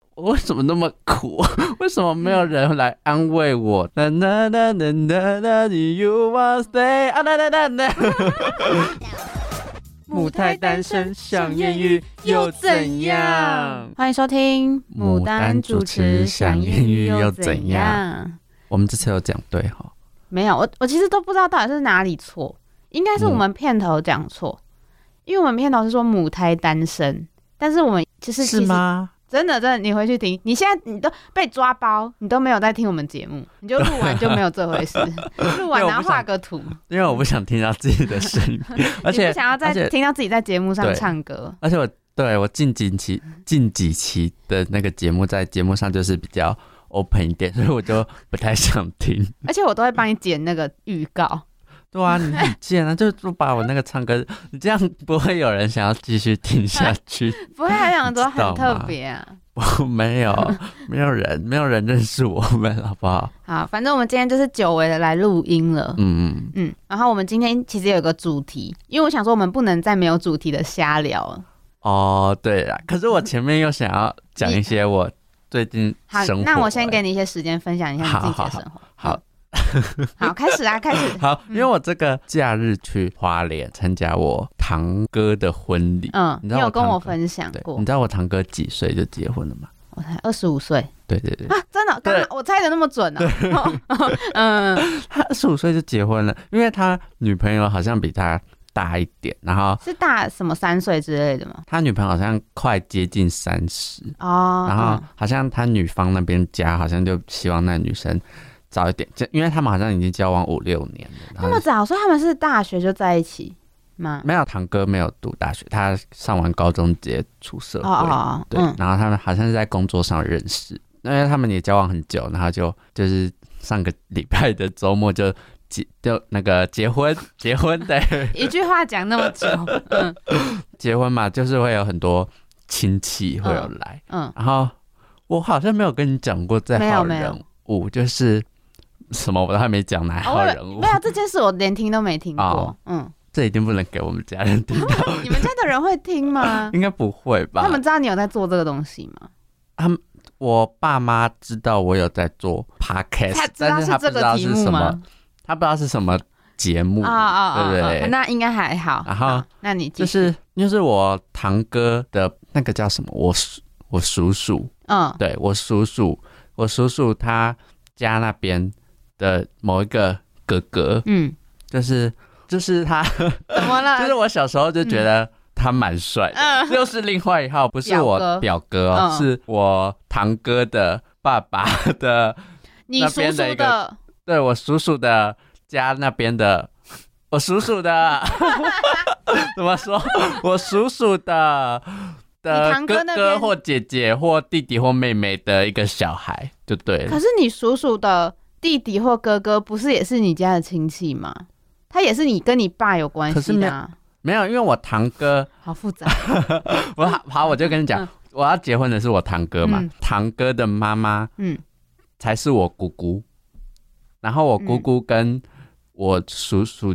我为什么那么苦？ 为什么没有人来安慰我？啦啦啦啦啦啦，You are stay 啊啦啦啦啦。 母胎单身想艳遇又怎样？欢迎收听牡丹主持想艳遇又怎样？我们这次有讲对哈，没有，我我其实都不知道到底是哪里错，应该是嗯我们片头讲错，因为我们片头是说母胎单身，但是我们就是是？吗？其实真的真的，你回去听，你现在你都被抓包，你都没有在听我们节目，你就录完就没有 这回事，录完因为我不然后画想个图，因为我不想听到自己的声 音，而你且不想要而再且听到自己在节目上对唱歌，而且我对我近几期近几期的那个节目，在节目上就是比较 open 一点，所以我就不太想听。而且我都会帮你剪那个预告。 对啊，你很贱啊！就就把我那个唱歌，你这样不会有人想要继续听下去。 不会还想说你知道很特吗别啊。我没有，没有人，没有人认识我们，好不好？好，反正我们今天就是久违的来录音了。嗯，嗯，然后我们今天其实有一个主题，因为我想说我们不能再没有主题的瞎聊了。哦，对啦，可是我前面又想要讲一些我最近好生活、，那我先给你一些时间分享一下你自己的生活。好好，开始啊，开 始。好，因为我这个假日去花莲参加我堂哥的婚礼。嗯，你你知道我有跟堂我哥分享对，过你，知道我堂哥几岁就结婚了吗？我才二十五岁对对对，啊，真的，刚对好我猜的那么准呢、 嗯，他二十五岁就结婚了，因为他女朋友好像比他大一点，然后是大什么三岁之类的吗？他女朋友好像快接近三十，哦，然后好像他女方那边家好像就希望那女生早一点，这因为他们好像已经交往五六年了。然那么后早，所以他们是大学就在一起吗？没有堂哥没有读大学，他上完高中直接出社哦会，哦，哦对，嗯，然后他们好像是在工作上认识，因为他们也交往很久，然后就就是上个礼拜的周末就结就那个结婚结婚对 一句话讲那么 久，嗯结婚嘛，就是会有很多亲戚会有嗯来，嗯，然后我好像没有跟你讲过在没有好没有人物，就是什么我都还没讲哪哦我好以为人物，没有这件事，我连听都没听过哦。嗯，这一定不能给我们家人听到，？你们家的人会听吗应该不会 吧？他们知道你有在做这个东西吗？我爸妈知道我有在做 podcast，他知道但是他不这知道个题是目什么，吗？他不知道是什么节目，啊啊啊！对不啊对？那应该还好。然后好，那你继就续是就是我堂哥的那个叫什么，我叔我叔叔，嗯对我叔叔，我叔叔他家那边的某一个哥哥，嗯，就是就是 他。怎么了？就是我小时候就觉得他蛮帅的，嗯又是另外一号，不是表我哥表哥哦嗯，是我堂哥的爸爸的，你那叔边叔的一个的对我叔叔的家那边的，我叔叔的， 怎么说？我叔叔的。你的堂哥哥那哥边或姐姐或弟弟或妹妹的一个小孩，就对了可。是你叔叔的弟弟或哥哥，不是也是你家的亲戚吗？他也是你跟你爸有关可是系没的有啊，没有，因为我堂哥，好复杂。我好好，我就跟你讲嗯，我要结婚的是我堂哥嘛嗯，堂哥的妈妈 嗯，才是我姑姑，然后我姑嗯姑跟我叔叔，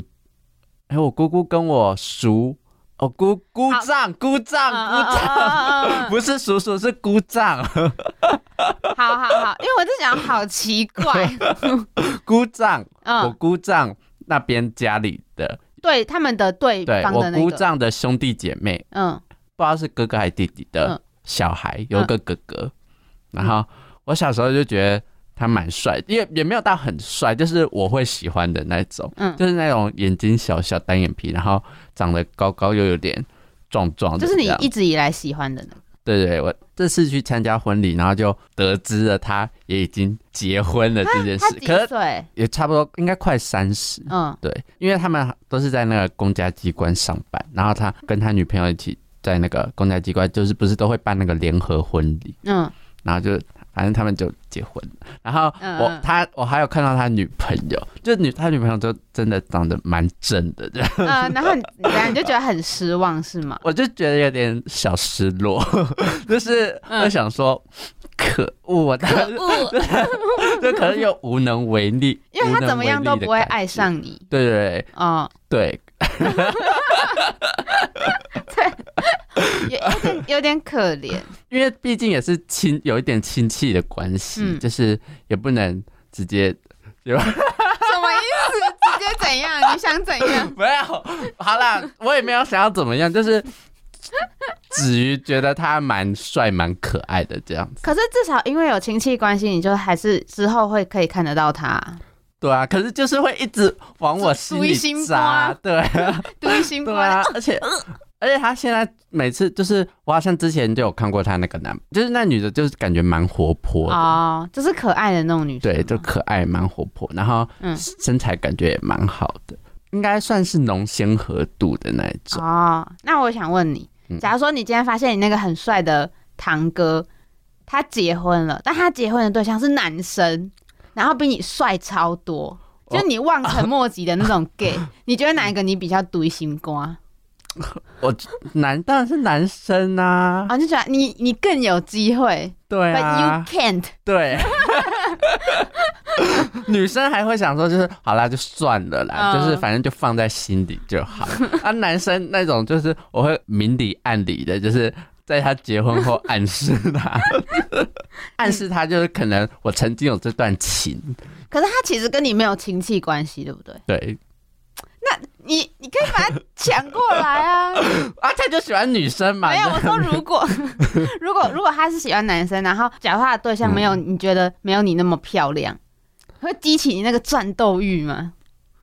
哎、我姑姑跟我叔，哦姑姑好丈姑丈姑嗯丈，嗯嗯嗯嗯不是叔叔是姑丈 好好好，因为我在想，好奇 怪，姑丈，我嗯，姑丈那边家里的，对，他们的对对方我的那姑个，丈的兄弟姐妹，嗯，不知道是哥哥还是弟弟的嗯小孩，有个哥哥。然后我小时候就觉得他蛮帅，也也没有到很帅，就是我会喜欢的那种，嗯就是那种眼睛小小、单眼皮，然后长得高高又有点壮壮的就这是你样，一直以来喜欢的那个。对对，我这次去参加婚礼，然后就得知了他也已经结婚了这件他事，几可是岁？也差不多应该快三十。嗯，对，因为他们都是在那个公家机关上班，然后他跟他女朋友一起在那个公家机关，就是不是都会办那个联合婚礼， 嗯，然后就反正他们就结婚了。然后嗯我嗯他我还有看到他女朋友，就女他女朋友就真的长得蛮正的，这样呃，然后你等下你就觉得很失望是 吗？我就觉得有点小失落， 就是嗯我想说，可恶啊，他不， 就可能又无能为力，哦因为无他能怎么为样力都的不会感觉爱。上你。对对哦，对，对，哦有有点有点可怜，因为毕竟也是亲，有一点亲戚的关系，嗯就是也不能直接 什么意思？直接怎样？你想怎样？没有。好啦，我也没有想要怎么样，就是止于觉得他蛮帅、蛮可爱的这样子。 可是至少因为有亲戚关系，你就还是之后会可以看得到他，对啊，可是就是会一直往我心注意里心扎吧，对啊。对心 对啊，而 且嗯而且他现在每次就是，我好像之前就有看过他那个男，就是那女的，就是感觉蛮活泼的，哦，就是可爱的那种女生吗，对，就可爱，蛮活泼，然后嗯身材感觉也蛮好的，应该算是浓鲜合度的那一种。哦，那我想问你嗯，假如说你今天发现你那个很帅的堂哥，他结婚了，但他结婚的对象是男生，然后比你帅超多，哦就你望尘莫及的 那种 gay，、你觉得哪一个你比较毒心嗯瓜？男当然是男生啊，啊，就觉得你你更有机会、对 b u t you 啊， can't。 对。女生还会想说，就是好啦，就算了啦，嗯就是反正就放在心里就好。啊，男生那种就是我会明里暗里的，就是在他结婚后暗示 他，暗示他就是可能我曾经有这段情，可是他其实跟你没有亲戚关系，对不对？对那你你可以把他抢过来啊！啊，他就喜欢女生嘛， 没有，这我说如果如果如果他是喜欢男生，然后假如他的对象没有、嗯你觉得没有你那么漂亮，会激起你那个战斗欲吗？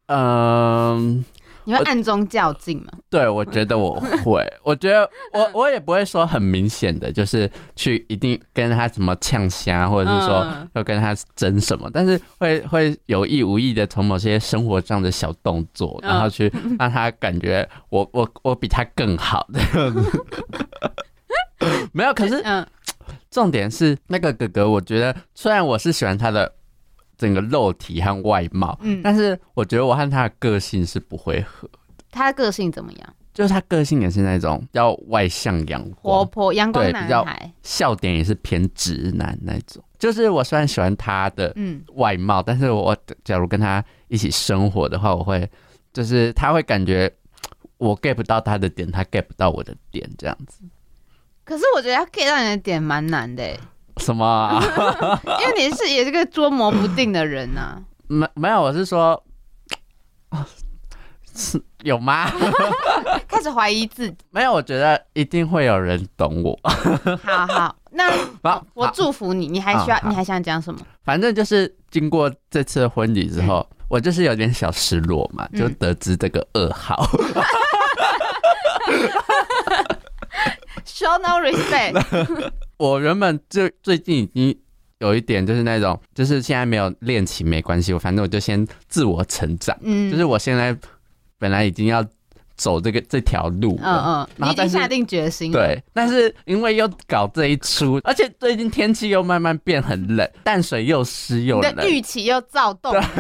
嗯。你会我暗中较劲吗？对，我觉得我 会，我觉得我我也不会说很明显的，就是去一定跟他什么呛虾，或者是说嗯要跟他争什么，但是会会有意无意的从某些生活上的小动作，嗯然后去让他感觉我我我比他更好这样子。 没有，可是嗯，重点是那个哥哥，我觉得虽然我是喜欢他的整个肉体和外貌，嗯但是我觉得我和他的个性是不会合。他的个性怎么样？就是他个性也是那种要外向阳活光，泼、阳光对男比较孩。笑点也是偏直男那种。就是我虽然喜欢他的嗯，外貌，但是我假如跟他一起生活的话，我会就是他会感觉我 get 不到他的点，他 get 不到我的点，这样子。可是我觉得要 get 到你的点蛮 难的欸，什么啊、 因为你是也是个捉摸不定的人呐、啊没没有，我是说， 是有吗？ 开始怀疑自己。没有，我觉得一定会有人懂我。 好好，那好我好祝福你。你还需要？好好你还想讲什么？反正就是经过这次的婚礼之后，我就是有点小失落嘛，嗯就得知这个噩耗。 Show no respect。 我原本就最近已经有一点就是那种，就是现在没有恋情没关系，我反正我就先自我成长，嗯，就是我现在本来已经要走这个这条路嗯了。嗯，然你后已经但是下定决心了。对，但是因为又搞这一出，而且最近天气又慢慢变很冷，淡水又湿又你冷的，预期又躁动，啊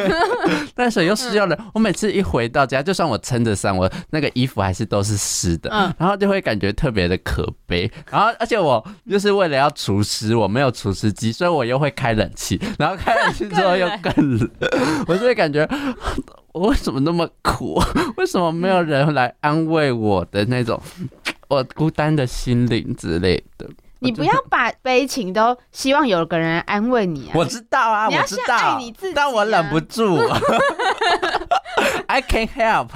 淡水又湿又嗯冷。我每次一回到家，就算我撑着伞，我那个衣服还是都是湿的。嗯，然后就会感觉特别的可悲。然后，而且我就是为了要除湿，我没有除湿机，所以我又会开冷 气。然后开冷气之后又更冷，我就会感觉我为什么那么苦？ 为什么没有人来安慰我的那种我孤单的心灵之类的？你不要把悲情都希望有个人安慰你啊！我知道啊，你要我知先道，爱你自己啊但我忍不 住。I can help，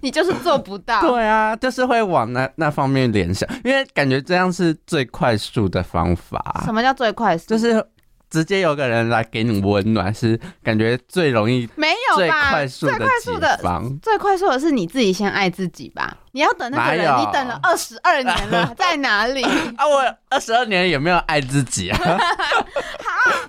你就是做不到。对啊，就是会往那那方面联想，因为感觉这样是最快速的方法。什么叫最快速？啊就是直接有个人来给你温暖，是感觉最容易、没有最吧？快速最的快速解的。放。最快速的是你自己先爱自己吧。你要等那个人，哪有你等了二十二年 了，在哪里？啊，我二十二年也没有爱自己 啊，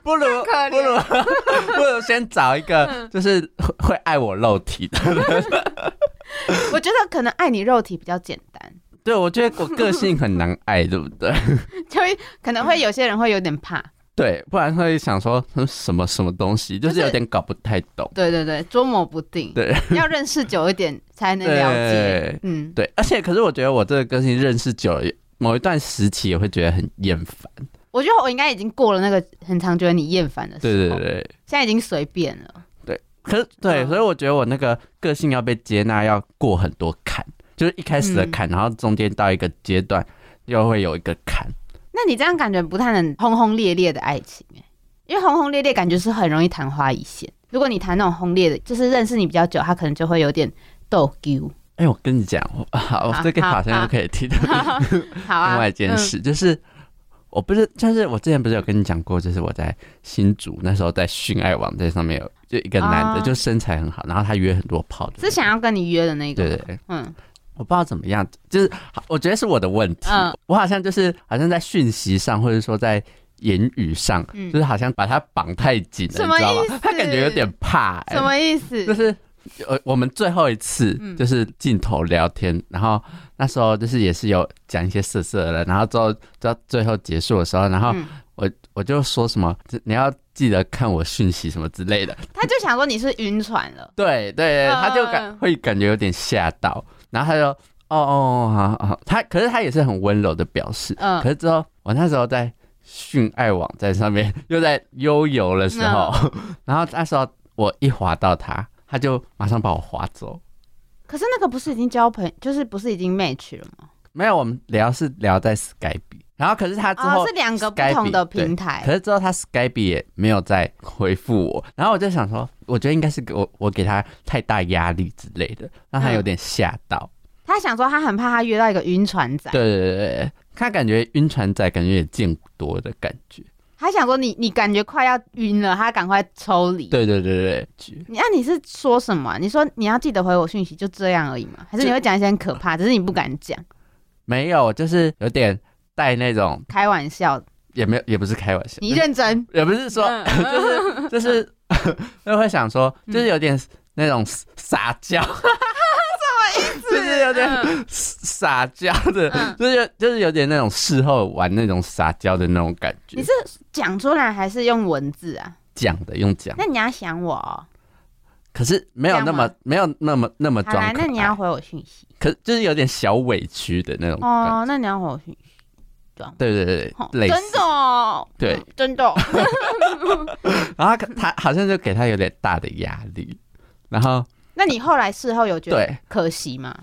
不如可怜嗯不如不如先找一个就是会会爱我肉体的。 我觉得可能爱你肉体比较简单，对，我觉得我个性很难爱，对不对？就会可能会有些人会有点怕。对，不然会想说嗯什么什么东西，就是有点搞不太懂。对对对，捉摸不定。对，要认识久一点才能了解。对嗯，对，而且可是我觉得我这个个性认识久了，某一段时期也会觉得很厌烦。我觉得我应该已经过了那个很常觉得你厌烦的时对对候。对，现在已经随便了。可是对，嗯所以我觉得我那个个性要被接纳，要过很多坎，就是一开始嗯的坎，然后中间到一个阶段又会有一个坎。那你这样感觉不太能轰轰烈烈的爱情、欸、因为轰轰烈烈感觉是很容易昙花一现。如果你谈那种轰烈的，就是认识你比较久，他可能就会有点逗丢。哎、我跟你讲，我好，好这个好像好又可以提到好啊，另外一件事，就是我不是，就是我之前不是有跟你讲过，就是我在新竹那时候在训爱网站上面有就一个男的，啊就身材很好，然后他约很多炮的嗯，是人，想要跟你约的那个，对对对，嗯，我不知道怎么样，就是我觉得是我的问题，嗯我好像就是好像在讯息上，或者说在言语上，嗯就是好像把他绑太紧了，什么你知道意吗思？他感觉有点怕、欸，什么意就思？是呃，我们最后一次嗯就是镜头聊天，然后那时候就是也是有讲一些色色的，然后之后到最后结束的时候，然后嗯我、我就说什么你要记得看我讯息什么之类的，他就想说你是晕船了，对对对，嗯他就感、嗯会感觉有点吓到，然后他就哦哦好好，好他可是他也是很温柔的表示，嗯可是之后我那时候在训爱网站上面又在悠游的时候，嗯 然后那时候我一滑到他，他就马上把我滑走。可是那个不是已经交朋，就是不是已经 match 了吗？没有，我们聊是聊在 Skype，然后可是他之后、啊，是两个不同的平台可，是之后他 Skype 也没有再回复我，然后我就想说，我觉得应该是给我我给他太大压力之类的，让嗯他有点吓到。他想说他很怕他约到一个晕船仔，对对对对对，他感觉晕船仔，感觉也见不多的感觉。他想说你你感觉快要晕了，他赶快抽离。对对对对对，你那、你是说什么啊、你说你要记得回我讯息，就这样而已吗？还是你会讲一些很 可怕，只是你不敢讲，没有，就是有点带那种，开玩笑的，也没有，也不是开玩笑，你嗯认真。也不是说， 就是就是就会想说，嗯就是有点那种撒 娇，什么意思？就是有嗯点撒娇的，就是有就是有点那种事后玩那种撒娇的那种感觉你。是讲出来还是用文字啊？讲的用讲，那你要想我哦。可是没有那么这样没有那么那么好啊装啦，可那爱你要回我讯息可就是有点小委屈的那种感觉。哦。那你要回我讯息，对对对哦对，类似真的哦，对嗯，真的哦。然后他他好像就给他有点大的压力，然后那你后来事后有觉得对可惜吗？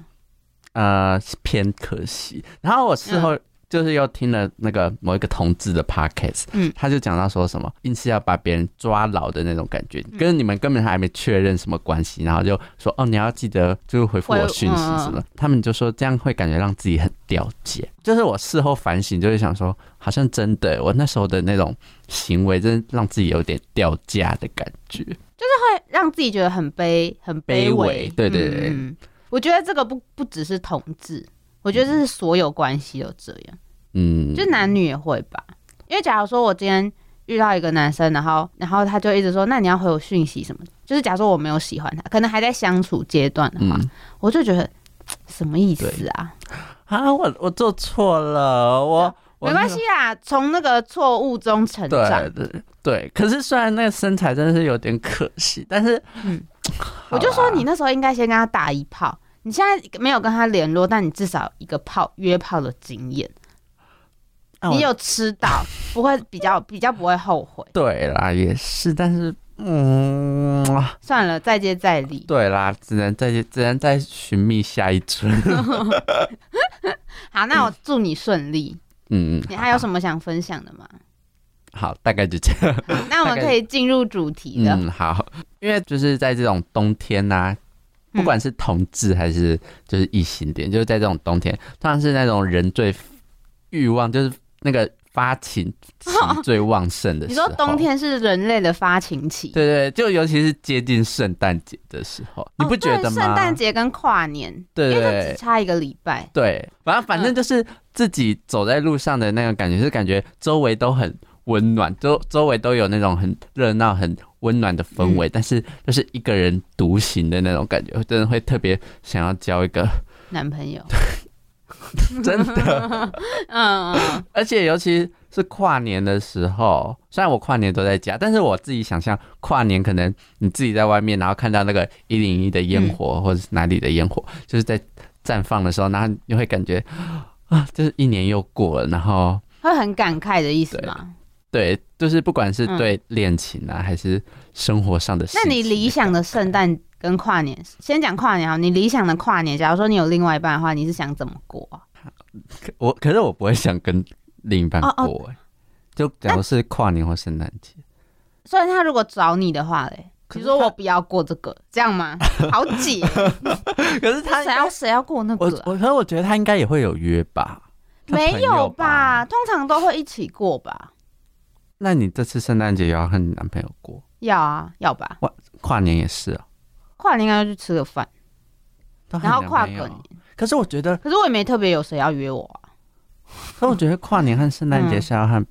呃，偏可惜。然后我事后嗯就是又听了那个某一个同志的 podcast，嗯他就讲到说什么硬是要把别人抓牢的那种感觉，嗯跟你们根本还没确认什么关系，然后就说哦，你要记得就是回复回我讯息嗯什么的。他们就说这样会感觉让自己很掉价。就是我事后反省，就会想说，好像真的，我那时候的那种行为，真的让自己有点掉价的感觉。会让自己觉得很卑很卑卑微对对对嗯，我觉得这个不不只是同志，我觉得这是所有关系都这样。嗯，就男女也会吧。因为假如说我今天遇到一个男生，然后然后他就一直说，那你要回我讯息什么的，就是假如说我没有喜欢他，可能还在相处阶段的话，嗯我就觉得嘖什么意思啊？啊，我我做错了，我。我没那关个系啦，从那个错误中成对。长对对，可是虽然那个身材真的是有点可惜，但是， 嗯好我啦就说你那时候应该先跟他打一炮，你现在没有跟他联络，但你至少有一个炮约炮的经验，啊我 你有吃到，不会比较比较不会后悔。对啦，也是，但是嗯，算了，再接再厉。对啦，只能再只能再寻觅下一春。 好，那我祝你顺利。嗯，你还有什么想分享 的吗？好，大概就这样。那我大们概可以进入主题了。嗯，好，因为就是在这种冬天呐、嗯不管是同志还是就是异性恋，就是在这种冬天，通常是那种人最欲望，就是那个发 情期最旺盛的你时候。说冬天是人类的发情期，对对，对就尤其是接近圣诞节的时候，你不觉得哦对吗？圣诞节跟跨年，对对因为它只对差一个礼拜。对，反正反正就是自己走在路上的那种感觉，是感觉周围都很温暖，周周围都有那种很热闹、很温暖的氛嗯围，但是就是一个人独行的那种感觉，真的会特别想要交一个 男朋友，真的，嗯，嗯嗯而且尤其是跨年的时候，虽然我跨年都在家，但是我自己想象跨年可能你自己在外面，然后看到那个一零一的烟火、或者是哪里的烟火，就是在绽放的时候，然后你会感觉啊，就是一年又过了，然后会很感慨的意思吗？对，就是不管是嗯对恋情啊，还是生活上的事那情，你理想的圣诞跟跨年，先讲跨年好，你理想的跨年，假如说你有另外一半的话，你是想怎么过啊？可我可是我不会想跟另一半过、哦欸哦就假如是跨年或圣诞节，虽然他如果找你的话嘞，可你是说他我不要过这个，这样吗？好解，可是 他谁要谁要过那我个啊、我可是我觉得他应该也会有约吧？他朋没有友吧？？通常都会一起过吧？那你这次圣诞节也要和你男朋友过，要啊，要吧？跨年也是啊、跨年应该去吃个饭，都和然后你男跨朋个友年。可是我觉得，可是我也没特别有谁要约我啊。可是我觉得跨年和圣诞节 嗯是要和、是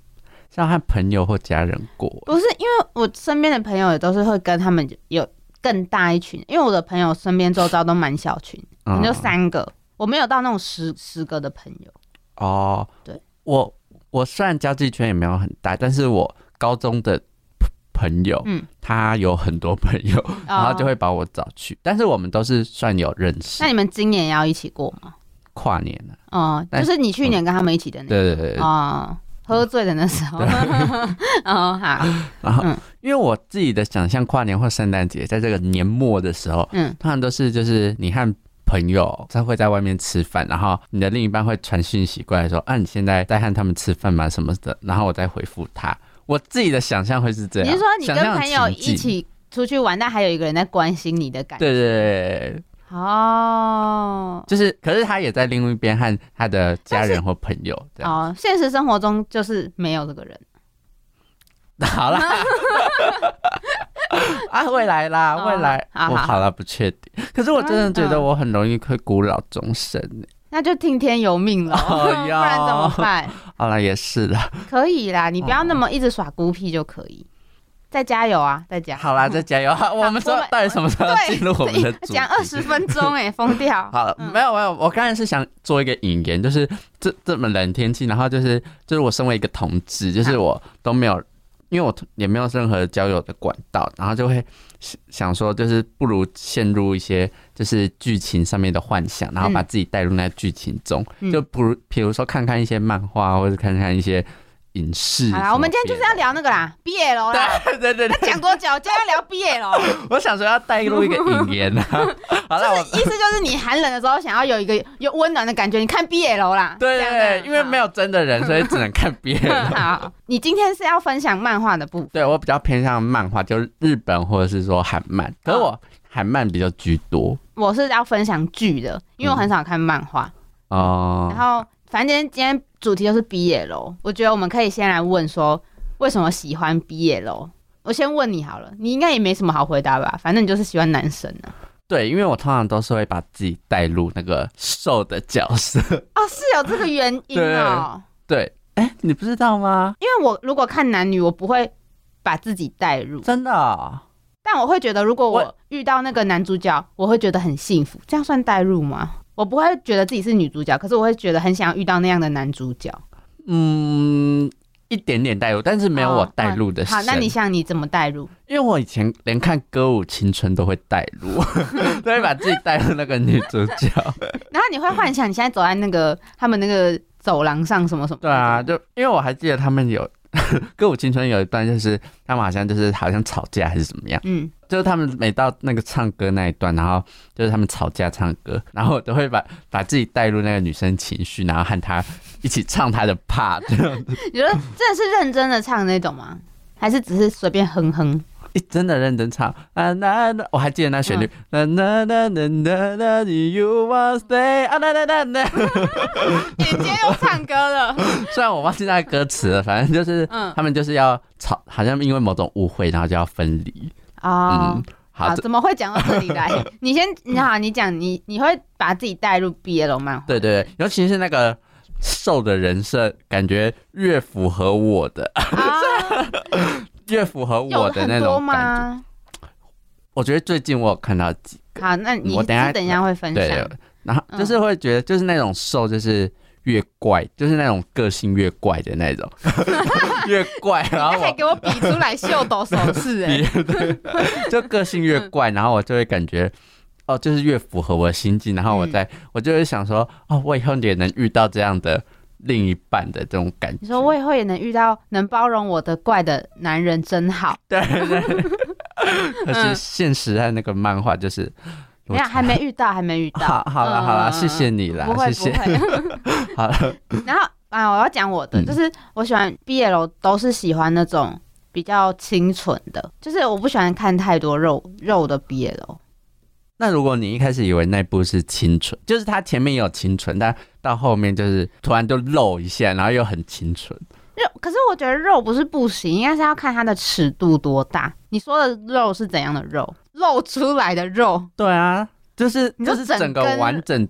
要和朋友或家人过。不是因为我身边的朋友也都是会跟他们有更大一群，因为我的朋友身边周遭都蛮小群，哦可嗯能就三个，我没有到那种十十个的朋友。哦，对，我我虽然交际圈也没有很大，但是我高中的 p- 朋友，嗯他有很多朋友，然啊后就会哦。把我找去，但是我们都是算有认识那。你们今年也要一起过吗？跨年了，哦、但就是你去年跟他们一起的那个。对对对，对哦，喝醉的那时候。 哦，好，然后嗯因为我自己的想象，跨年或圣诞节，在这个年末的时候，嗯，通常都是就是你和朋友他会在外面吃饭，然后你的另一半会传讯息过来说，啊，你现在在和他们吃饭吗？什么的，然后我再回复他。我自己的想象会是这样，你是说你跟啊想象的朋友情境？一起出去玩，但还有一个人在关心你的感觉？对对对对，对哦。就是，可是他也在另一边和他的家人或朋友这样。哦，现实生活中就是没有这个人。哦 好 啦，啊，未来啦，哦未来，好好我好了，不确定。可是我真的觉得嗯嗯我很容易会孤老终生。那就听天由命了， 哎不呀然怎么办？好啦，也是啦。可以啦，你不哦要那么一直耍孤僻就可以。再加油啊，再加油！好啦， 再加油！ 我们说我们到底什么时候要进入我们的主题？ 讲二十分钟哎、疯掉。 好，嗯没有没有，我刚才是想做一个引言，就是这这么冷天气，然后就是就是我身为一个同志，就是我都没有，因为我也没有任何交友的管道，然后就会想想说，就是不如陷入一些就是剧情上面的幻想，然后把自己带入那剧情中，嗯就不如比如说看看一些漫画，或者看看一些影视什么别好的。啦，我们今天就是要聊那个啦，BL 啦。 对对对对，讲多久？今天要聊 BL，我想说要带入一个引言 啊。好了，我就是意思就是你寒冷的时候想要有一个有温暖的感觉，你看 BL 啦。对这对样啊对，因为没。有真的人，所以只能看别人。好 好，你今天是要分享漫画的部分。对我比较偏向漫画，就是日本或者是说韩漫，可是我韩漫比较居多我是要分享剧的，因为我很少看漫画。哦然。后反正今天今天主题就是 BL，我觉得我们可以先来问说为什么喜欢 BL。我先问你好了，你应该也没什么好回答吧？反正你就是喜欢男生啊。对，因为我通常都是会把自己带入那个受的角色。 哦，是有这个原因哦。对，哎，你不知道吗？因为我如果看男女，我不会把自己带入，真的哦、但我会觉得如果我我遇到那个男主角，我会觉得很幸福。这样算带入吗？我不会觉得自己是女主角，可是我会觉得很想遇到那样的男主角。嗯，一点点带入，但是没有我哦带入的深、好，那你想你怎么带入？因为我以前连看《歌舞青春》都会带入， 都会把自己带入那个女主角。然后你会幻想你现在走在那个他们那个走廊上什么什么？对啊，，就因为我还记得他们有《歌舞青春》有一段，就是他们好像就是好像吵架还是怎么样，嗯，就是他们每到那个唱歌那一段，然后就是他们吵架唱歌，然后我都会把把自己带入那个女生情绪，然后和她一起唱她的 part，这样子你觉得真的是认真的唱那种吗？还是只是随便哼哼？一真的认真唱啊那那，我还记得那旋律那那那那那那 you want stay 啊那那那那，姐姐又唱歌了，虽然我忘记那个歌词了，反正就是嗯，他们就是要吵，好像因为某种误会，然后就要分离，哦嗯。，好好，，怎么会讲到这里 来？你先，你好，你讲，你你会把自己带入 BL 漫画？对对对，尤其是那个瘦的人设，感觉越符合我的， 啊，越符合 有我的那很多种感觉。吗？我觉得最近我有看到几，好，那你我等一下是等一下会分对享。然后嗯就是会觉得就是那种瘦就是越怪，就是那种个性越怪的那 种，越怪，然后他还我给我比出来秀抖手 势，哎，就个性越怪，嗯然后我就会感觉。哦，嗯就是越符合我的心境，然后我在、我就会想说，哦，我以后也能遇到这样的另一半的这种感觉。你说我以后也能遇到能包容我的怪的男人，真好。 对对对嗯可是现实和那个漫画就是，没有，还没遇到，还没遇到。好好了嗯好了，嗯谢谢你啦不，会谢不谢。会。好了，然后啊，我要讲我的，嗯就是我喜欢 BL 都是喜欢那种比较清纯的，就是我不喜欢看太多肉肉的 BL。那如果你一开始以为那部是清纯，就是它前面也有清纯，但到后面就是突然就露一下，然后又很清纯。肉，可是我觉得肉不是不行，应该是要看它的尺度多大。你说的肉是怎样的肉？露出来的肉，对啊，就是你就就是整整个根完整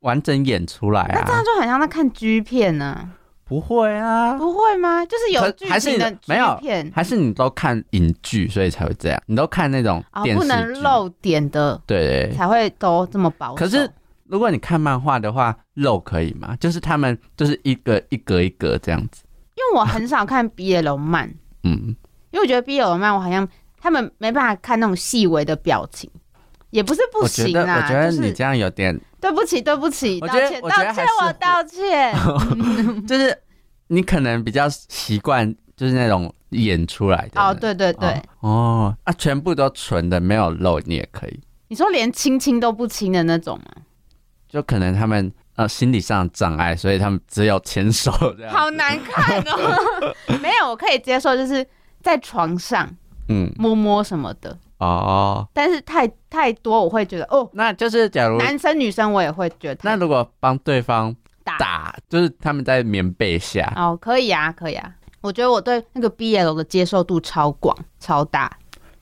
完整演出来那这样啊，就很像在看 G 片呢、不会啊，不会吗？就是有可剧还是情你的的 G 没有片还是你都看影剧，所以才会这样，你都看那种啊、电视不剧，能露点的对对对才会都这么保守。可是如果你看漫画的话，肉可以吗？就是他们就是一个一格一格这样子，因为我很少看 BL 漫，嗯，因为我觉得 BL 漫我好像他们没办法看那种细微的表情，也不是不我觉行得我啦，觉得就你是这样有点，对不起，对不起，我道觉得歉，我觉得道还歉是，我道歉。就是你可能比较习惯就是那种演出来的哦，那，对对对，哦，哦啊，全部都纯的没有肉你也可以，你说连亲亲都不亲的那种吗？就可能他们呃心理上的障碍，所以他们只有牵手这样，好难看哦。 没有，我可以接受，就是在床上嗯，摸摸什么的，哦。但是太太多我会觉得哦，那就是假如男生女生我也会觉得那太如果帮对方大打，就是他们在棉被下，哦，可以啊，可以啊。我觉得我对那个 BL 的接受度超广超大，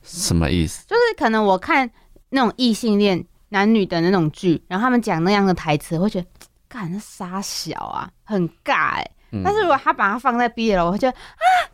什么意思？就是可能我看那种异性恋男女的那种剧，然后他们讲那样的台词，我会觉得。干那傻小啊，很尬哎、嗯但是如果他把它放在 BL，我会觉得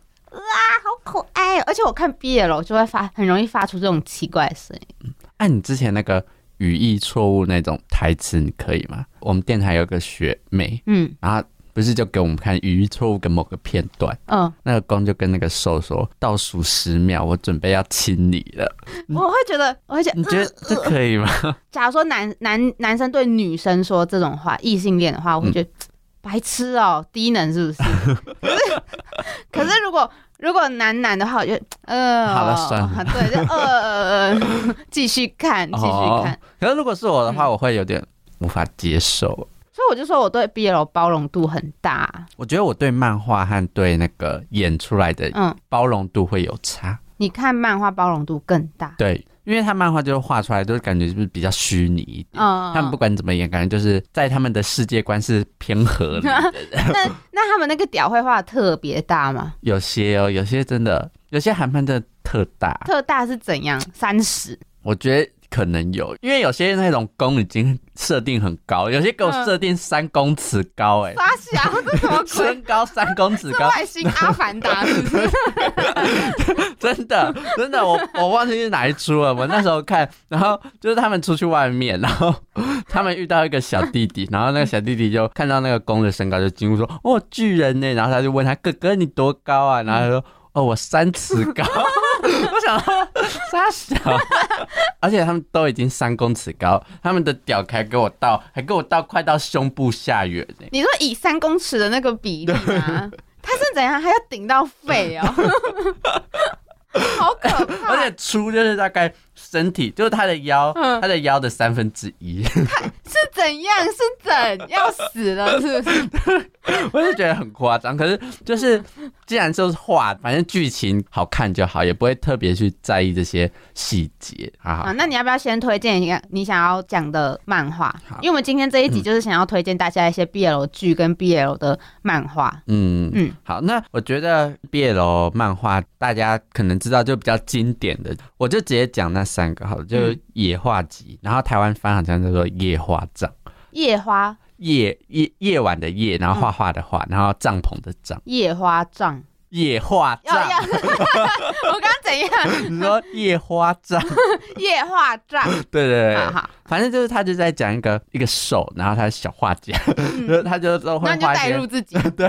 啊，哇，好可爱哦、而且我看 BL 就会发，很容易发出这种奇怪的声音。按、啊你之前那个语义错误那种台词，你可以吗？我们电台有个学妹，嗯然后不是就给我们看语义错误跟某个片段，嗯，那个公就跟那个兽说倒数十秒，我准备要亲你了，我会觉得，我会觉得，嗯你觉得这可以吗？假如说男男男生对女生说这种话，异性恋的话，嗯我会觉得、白痴哦、低能是不 是？可是，可是如果如果男男的话，我觉得，呃，好了算了对，就呃呃呃，继续 看，继续看。哦可是如果是我的话，我会有点无法接受。所以我就说我对 BL 包容度很大啊，我觉得我对漫画和对那个演出来的嗯，包容度会有差。你看漫画包容度更大，对，因为他漫画就是画出来都是感觉是不是比较虚拟一点。嗯，他们不 管怎么演，感觉就是在他们的世界观是偏合 理的。 那那他们那个屌会画得特别大吗？有些哦，有些真的，有些韩漫真的特大，特大是怎样？三十 我觉得可能有，因为有些那种弓已经设定很高，有些给我设定三公尺高、哎、发小，这什么鬼？身高三公尺是高，外星阿凡达是不是？真的真的，我我忘记是哪一出了。我那时候看，然后就是他们出去外面，然后他们遇到一个小弟弟，然后那个小弟弟就看到那个公的身高就惊呼说：“哦，巨人呢！”然后他就问他：“哥哥，你多高啊？”然后他说：“哦，我三尺高。”我想说傻小，而且他们都已经三公尺高，他们的屌还给我到，还给我到快到胸部下缘呢。你说以三公尺的那个比例吗？他是怎样？还要顶到肺哦，好可而怕！且粗就是大概身体，就是他的腰，嗯他的腰的三分之 一。是怎样？是怎要死了？是不是？ 我是觉得很夸张，可是就是既然就是画，反正剧情好看就好，也不会特别去在意这些细节啊，啊。那你要不要先推荐一个你想要讲的漫画好？嗯因为我们今天这一集就是想要推荐大家一些 BL 剧跟 BL 的漫画。嗯嗯嗯，好，那我觉得 BL 漫画大家可能知道就比较经典的，我就直接讲那三个好了，就是嗯《野画集》然后台湾翻好像叫做《夜画帐》，夜花夜夜夜晚的夜，然后画画的画，嗯然后帐篷的帐，夜花帐，夜画要 要，帐，我刚刚怎样？你说夜花 帐，夜花帐，对 对对，好好，反正就是他就在讲一个一个手，然后他是小画家，然 后他就都会嗯那你就画一带些，入自己。对，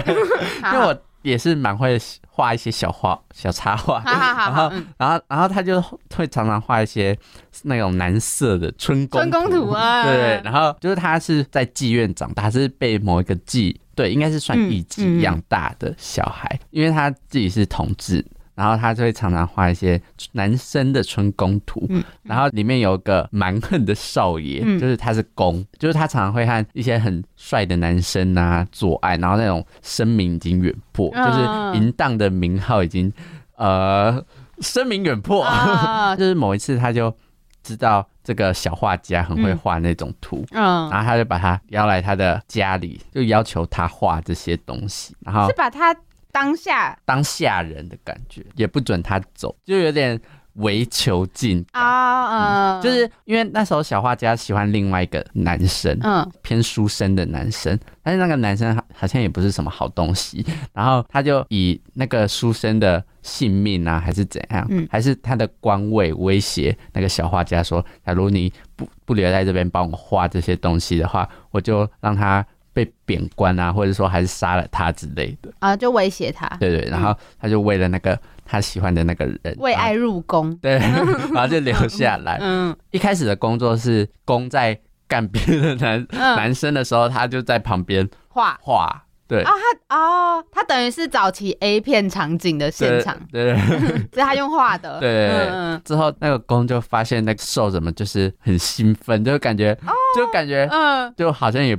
好嗯因为我也是蛮会画一些小画、小插画，好好好然好，后嗯，然后然后他就会常常画一些那种蓝色的春宫春宫图啊对，然后就是他是在妓院长大，是被某一个妓对，应该是算嗯一级嗯养大的小孩，因为他自己是同志，然后他就会常常画一些男生的春宫图，嗯然后里面有个蛮横的少爷，嗯就是他是公，就是他常常会和一些很帅的男生啊做爱，然后那种声名已经远播，嗯就是淫荡的名号已经呃声名远播，啊，就是某一次他就知道这个小画家很会嗯画那种图，嗯，然后他就把他邀来他的家里，就要求他画这些东西，然后是把他当下当下人的感觉，也不准他走，就有点围囚禁感。啊，嗯，就是因为那时候小画家喜欢另外一个男生，嗯偏书生的男生，但是那个男生好好像也不是什么好东西， 然后他就以那个书生的性命啊，还是怎样，嗯还是他的官位威胁那个小画家说，假如你不不留在这边帮我画这些东西的话，我就让他被贬官啊，或者说还是杀了他之类的，啊，就威胁他对对，然后他就为了那个他喜欢的那个人为 爱。入宫，对，然后就留下来。 嗯一开始的工作是公在干别的男、嗯，男生的时候，他就在旁边画画，对，啊他哦，他等于是早期 A 片场景的现对场， 对对对是他用画 的，对对对嗯之后那个公就发现那个兽怎么就是很兴奋，就感觉、就感觉嗯嗯，就好像也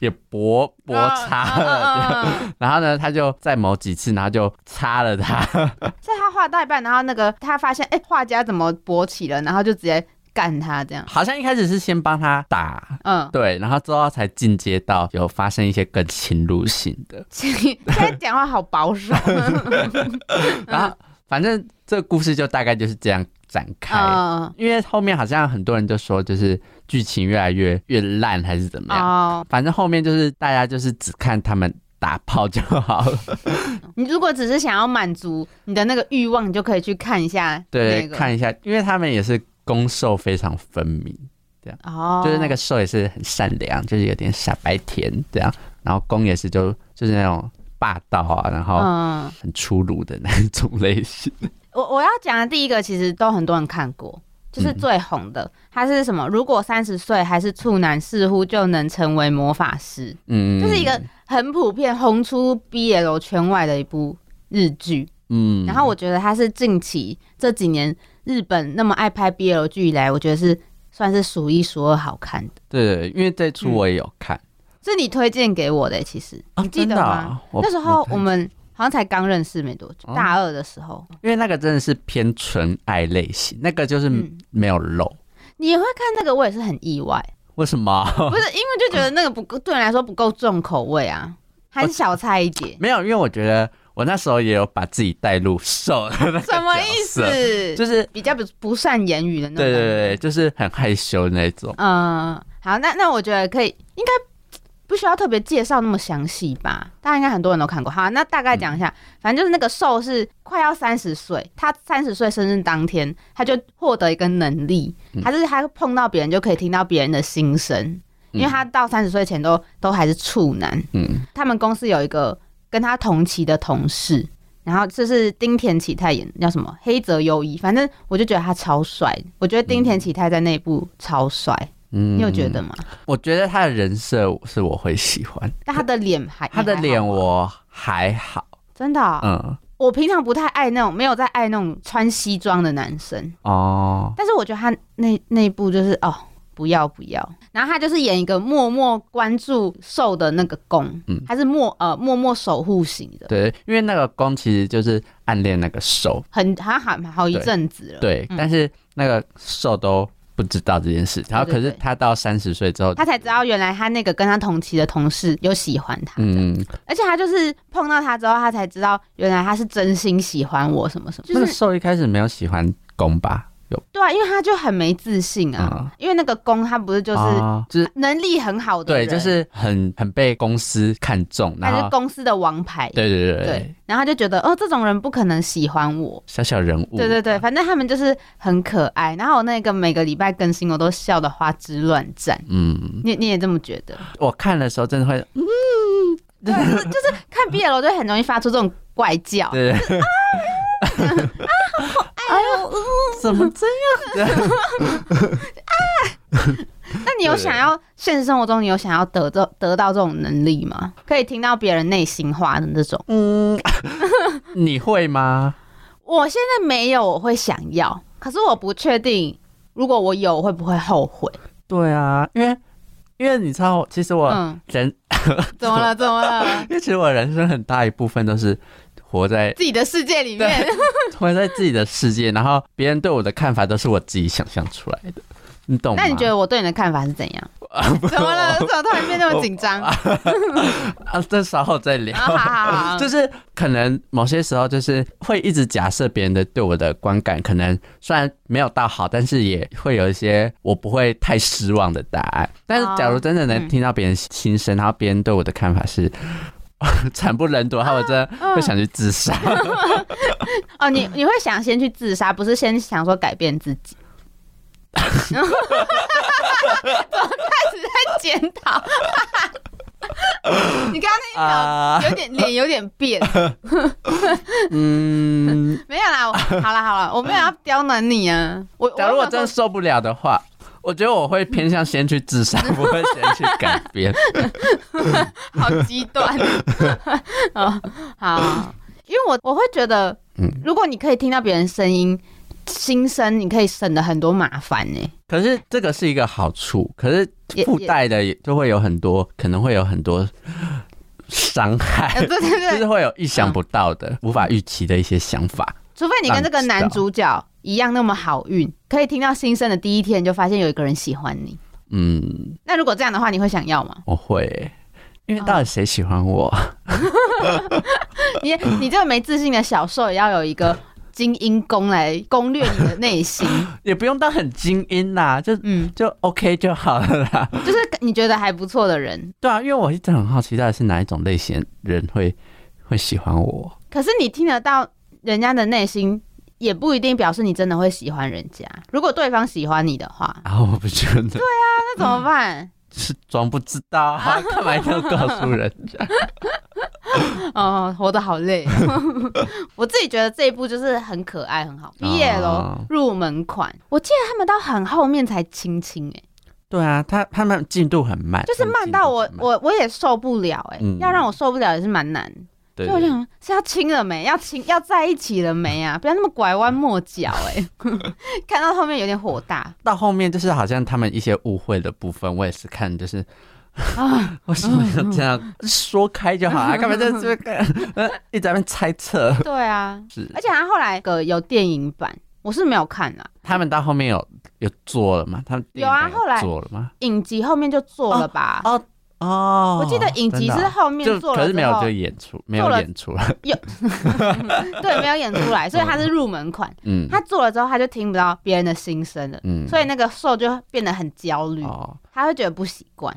也摩哎摩擦了、嗯，嗯嗯 嗯然后呢，他就再某几次，然后就擦了他， 是他画到一半，然后那个他发现，哎，画家怎么勃起了，然后就直接干他这样，好像一开始是先帮他打。嗯，对，然后之后才进阶到有发生一些更侵入性的，现在讲话好 保守，然嗯后反正这个故事就大概就是这样展开。嗯因为后面好像很多人就说，就是剧情越来越越烂，还是怎么样？哦，反正后面就是大家就是只看他们打炮就好 了，你如果只是想要满足你的那个欲望，你就可以去看一下对，那个看一下，因为他们也是攻受非常分明，哦，就是那个受也是很善良，就是有点傻白甜这样，然后攻也是就就是那种霸道啊，然后嗯，很粗鲁的那种类型。 我我要讲的第一个其实都很多人看过，嗯就是最红的，它是什么？如果三十岁还是处男，似乎就能成为魔法师，嗯，这是一个很普遍红出 BL 圈外的一部日剧。嗯然后我觉得它是近期这几年日本那么爱拍 BL 剧以来，我觉得是算是数一数二好看的，对对，因为最初我也有看，是你推荐给我的、欸其实啊你记得真的吗啊？我那时候我我们好像才刚认识没多久，哦大二的时候。因为那个真的是偏纯爱类型，那个就是嗯没有肉。你会看那个，我也是很意外，为什么？，不是因为就觉得那个不够，对你来说不够重口味啊，还是小菜一碟 没有，因为我觉得我那时候也有把自己带入瘦的那个什么意角色？思？就是比较不不善言语的那种。对对对，对，就是很害羞那种。嗯，好，那那我觉得可以，应该不需要特别介绍那么详细吧？大家应该很多人都看过。好，那大概讲一下，反正就是那个兽是快要三十岁，他三十岁生日当天，他就获得一个能力，他就是他碰到别人就可以听到别人的心声，因为他到三十岁前都都还是处男。嗯，他们公司有一个跟他同期的同事，然后就是丁田启泰演叫什么黑泽优一，反正我就觉得他超帅，我觉得丁田启泰在那一部超帅，嗯你有觉得吗？我觉得他的人设是我会喜欢，但他的脸还他的脸还好我还好。真的哦、嗯，我平常不太爱那种没有在爱那种穿西装的男生，哦，但是我觉得他那那一部就是哦。不要不要，然后他就是演一个默默关注受的那个攻，嗯他是默呃默默守护型的，对，因为那个公其实就是暗恋那个瘦，很好像好好一对阵子了，对，但是那个瘦都不知道这件事，然后对对可是对他到三十岁之后，他才知道原来他那个跟他同期的同事有喜欢他，嗯，而且他就是碰到他之后，他才知道原来他是真心喜欢我什么什么，那就个是兽一开始没有喜欢公吧？有对啊，因为他就很没自信啊，啊因为那个公他不是就是啊就是能力很好的对，人，就是很很被公司看重，然他是后公司的王牌，对对对对，然后他就觉得哦这种人不可能喜欢我。小小人物，对对对，反正他们就是很可爱。然后我那个每个礼拜更新，我都笑得花枝乱颤。嗯，你你也这么觉得？我看的时候真的会，对， 就是就是看 BL 就很容易发出这种怪叫。对对对。哎呦，怎么这样？那你有想要现实生活中你有想要得到得到这种能力吗？可以听到别人内心话的那种？ 嗯，你会吗？我现在没有，我会想要，可是我不确定，如果我有，我会不会后悔？对啊，因为因为你知道，其实我嗯，人，怎 么了？怎么了？因为其实我人生很大一部分都是活在自己的世界里面，活在自己的世界，然后别人对我的看法都是我自己想象出来的，你懂吗？那你觉得我对你的看法是怎 样？怎么了？怎么突然变那么紧张？哎好啊？这稍后再聊。好好好，就是可能某些时候就是会一直假设别人的对我的观感，可能虽然没有到好，但是也会有一些我不会太失望的答案。但是假如真的能嗯听到别人心声， 然后别人对我的看法是哦惨不忍睹，然后我真的会想去自杀。哦，你你会想先去自杀，不是先想说改变自己？ 怎么开始在检讨？ 你刚刚 那啊一秒有点脸有点变，嗯，没有 啦，我好了好了，我没有要刁难你啊。我假如我真的我受不了的话。我觉得我会偏向先去自杀，不会先去改变。有没有好极 端哦，好，因为我我会觉得嗯，如果你可以听到别人声音心声，你可以省了很多麻烦呢、可是这个是一个好处，可是也附带的也就会有很多，可能会有很多伤害，呃对对对， 就是会有意想不到的、无法预期的一些想法。除非你跟这个男主角一样那么好运，可以听到新生的第一天就发现有一个人喜欢你。嗯，那如果这样的话，你会想 要吗？我会，因为到底谁喜欢我？你你这个没自信的小受也要有一个精英攻来攻略你的内心，也不用到很精英啦，就嗯，就 OK 就好了啦。 就是你觉得还不错的人。对啊，因为我一直很好奇，到底是哪一种类型的人会会喜欢我？可是你听得到人家的内心，也不一定表示你真的会喜欢人家。如果对方喜欢你的话，然后我不觉得那怎么办？是装不知道 啊，干嘛一定要告诉人家？哦，活得好累。 我自己觉得这一部就是很可爱，很好。毕业喽哦，入门款。我记得他们到很后面才亲亲， 哎，对啊，他他们进度很慢，就是慢到我他们进度很慢我我也受不了，哎嗯，要让我受不了也是蛮难。对就我想是要亲了没？要亲要在一起了没啊？不要那么拐弯抹角，哎， 看到后面有点火 大到后面就是好像他们一些误会的部分，我也是看就是。啊！ 为什么要这样说开就好啊？嗯干嘛在这边呃一直在那边猜测？对啊，是而且他后来个有电影版，我是没有看啦。他们到后面有有做了吗？他们有啊电影版后来做了吗？影集后面就做了吧？哦哦，我记得影集是后面真的啊就做了可是之没有后就，演出，没有做了演出了。对，没有演出来，所以他是入门款。嗯他做了之后，他就听不到别人的心声了，嗯，所以那个兽就变得很焦虑，哦，他会觉得不习惯。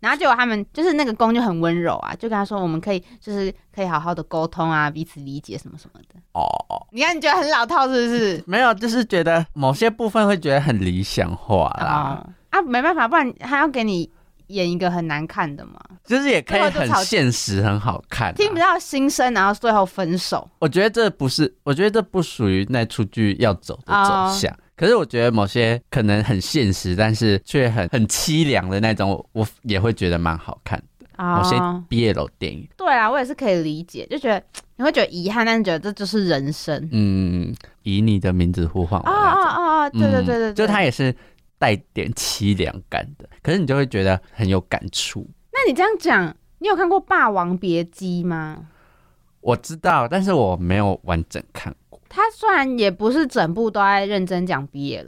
然后结果他们就是那个公就很温柔啊，就跟他说我们可以就是可以好好的沟通啊，彼此理解什么什么的。哦，你看你觉得很老套是不是？没有，就是觉得某些部分会觉得很理想化啦，啊啊，没办法，不然他要给你演一个很难看的嘛，就是也可以最后就很吵现实，很好看啊。听不到心声，然后最后分手。我觉得这不是，我觉得这不属于那出剧要走的走向。哦可是我觉得某些可能很现实，但是却很很凄凉的那种，我我也会觉得蛮好看的。啊某些毕业楼电影，对啊啦，我也是可以理解，就觉得嗯你会觉得遗憾，但是觉得这就是人生。嗯，以你的名字呼唤我哦那哦种，哦哦，对对嗯对对对，就它也是带点凄凉感的，可是你就会觉得很有感触。那你这样讲，你有看过《霸王别姬》吗？我知道，但是我没有完整看过。他虽然也不是整部都在认真讲 BL，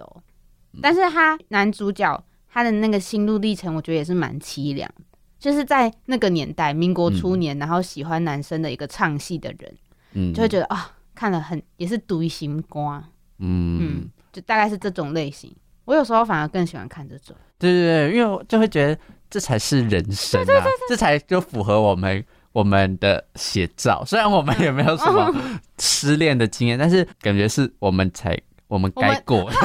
但嗯是他男主角他的那个心路历程，我觉得也是蛮凄凉。就是在那个年代，民国初年，然后喜欢男生的一个唱戏的人，嗯，就会觉得啊、看了很也是独心瓜，嗯嗯，就大概是这种类型。我有时候反而更喜欢看这种。对对对，因为我就会觉得这才是人生啊，这才就符合我们我们的写照。虽然我们也没有什么失恋的经验，但是感觉是我们才我们该过。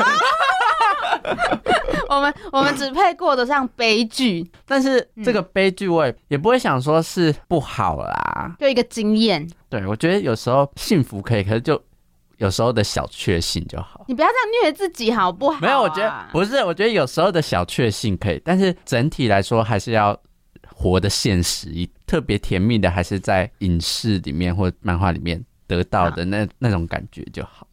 我们我们只配过得上悲剧，但是这个悲剧我也也不会想说是不好啦。就一个经验。对我觉得有时候幸福可以，可是就有时候的小确幸就好。你不要这样虐自己好不好、啊没有，我觉得不是，我觉得有时候的小确幸可以，但是整体来说还是要活得现实一。特别甜蜜的还是在影视里面或漫画里面得到的那那种感觉就好。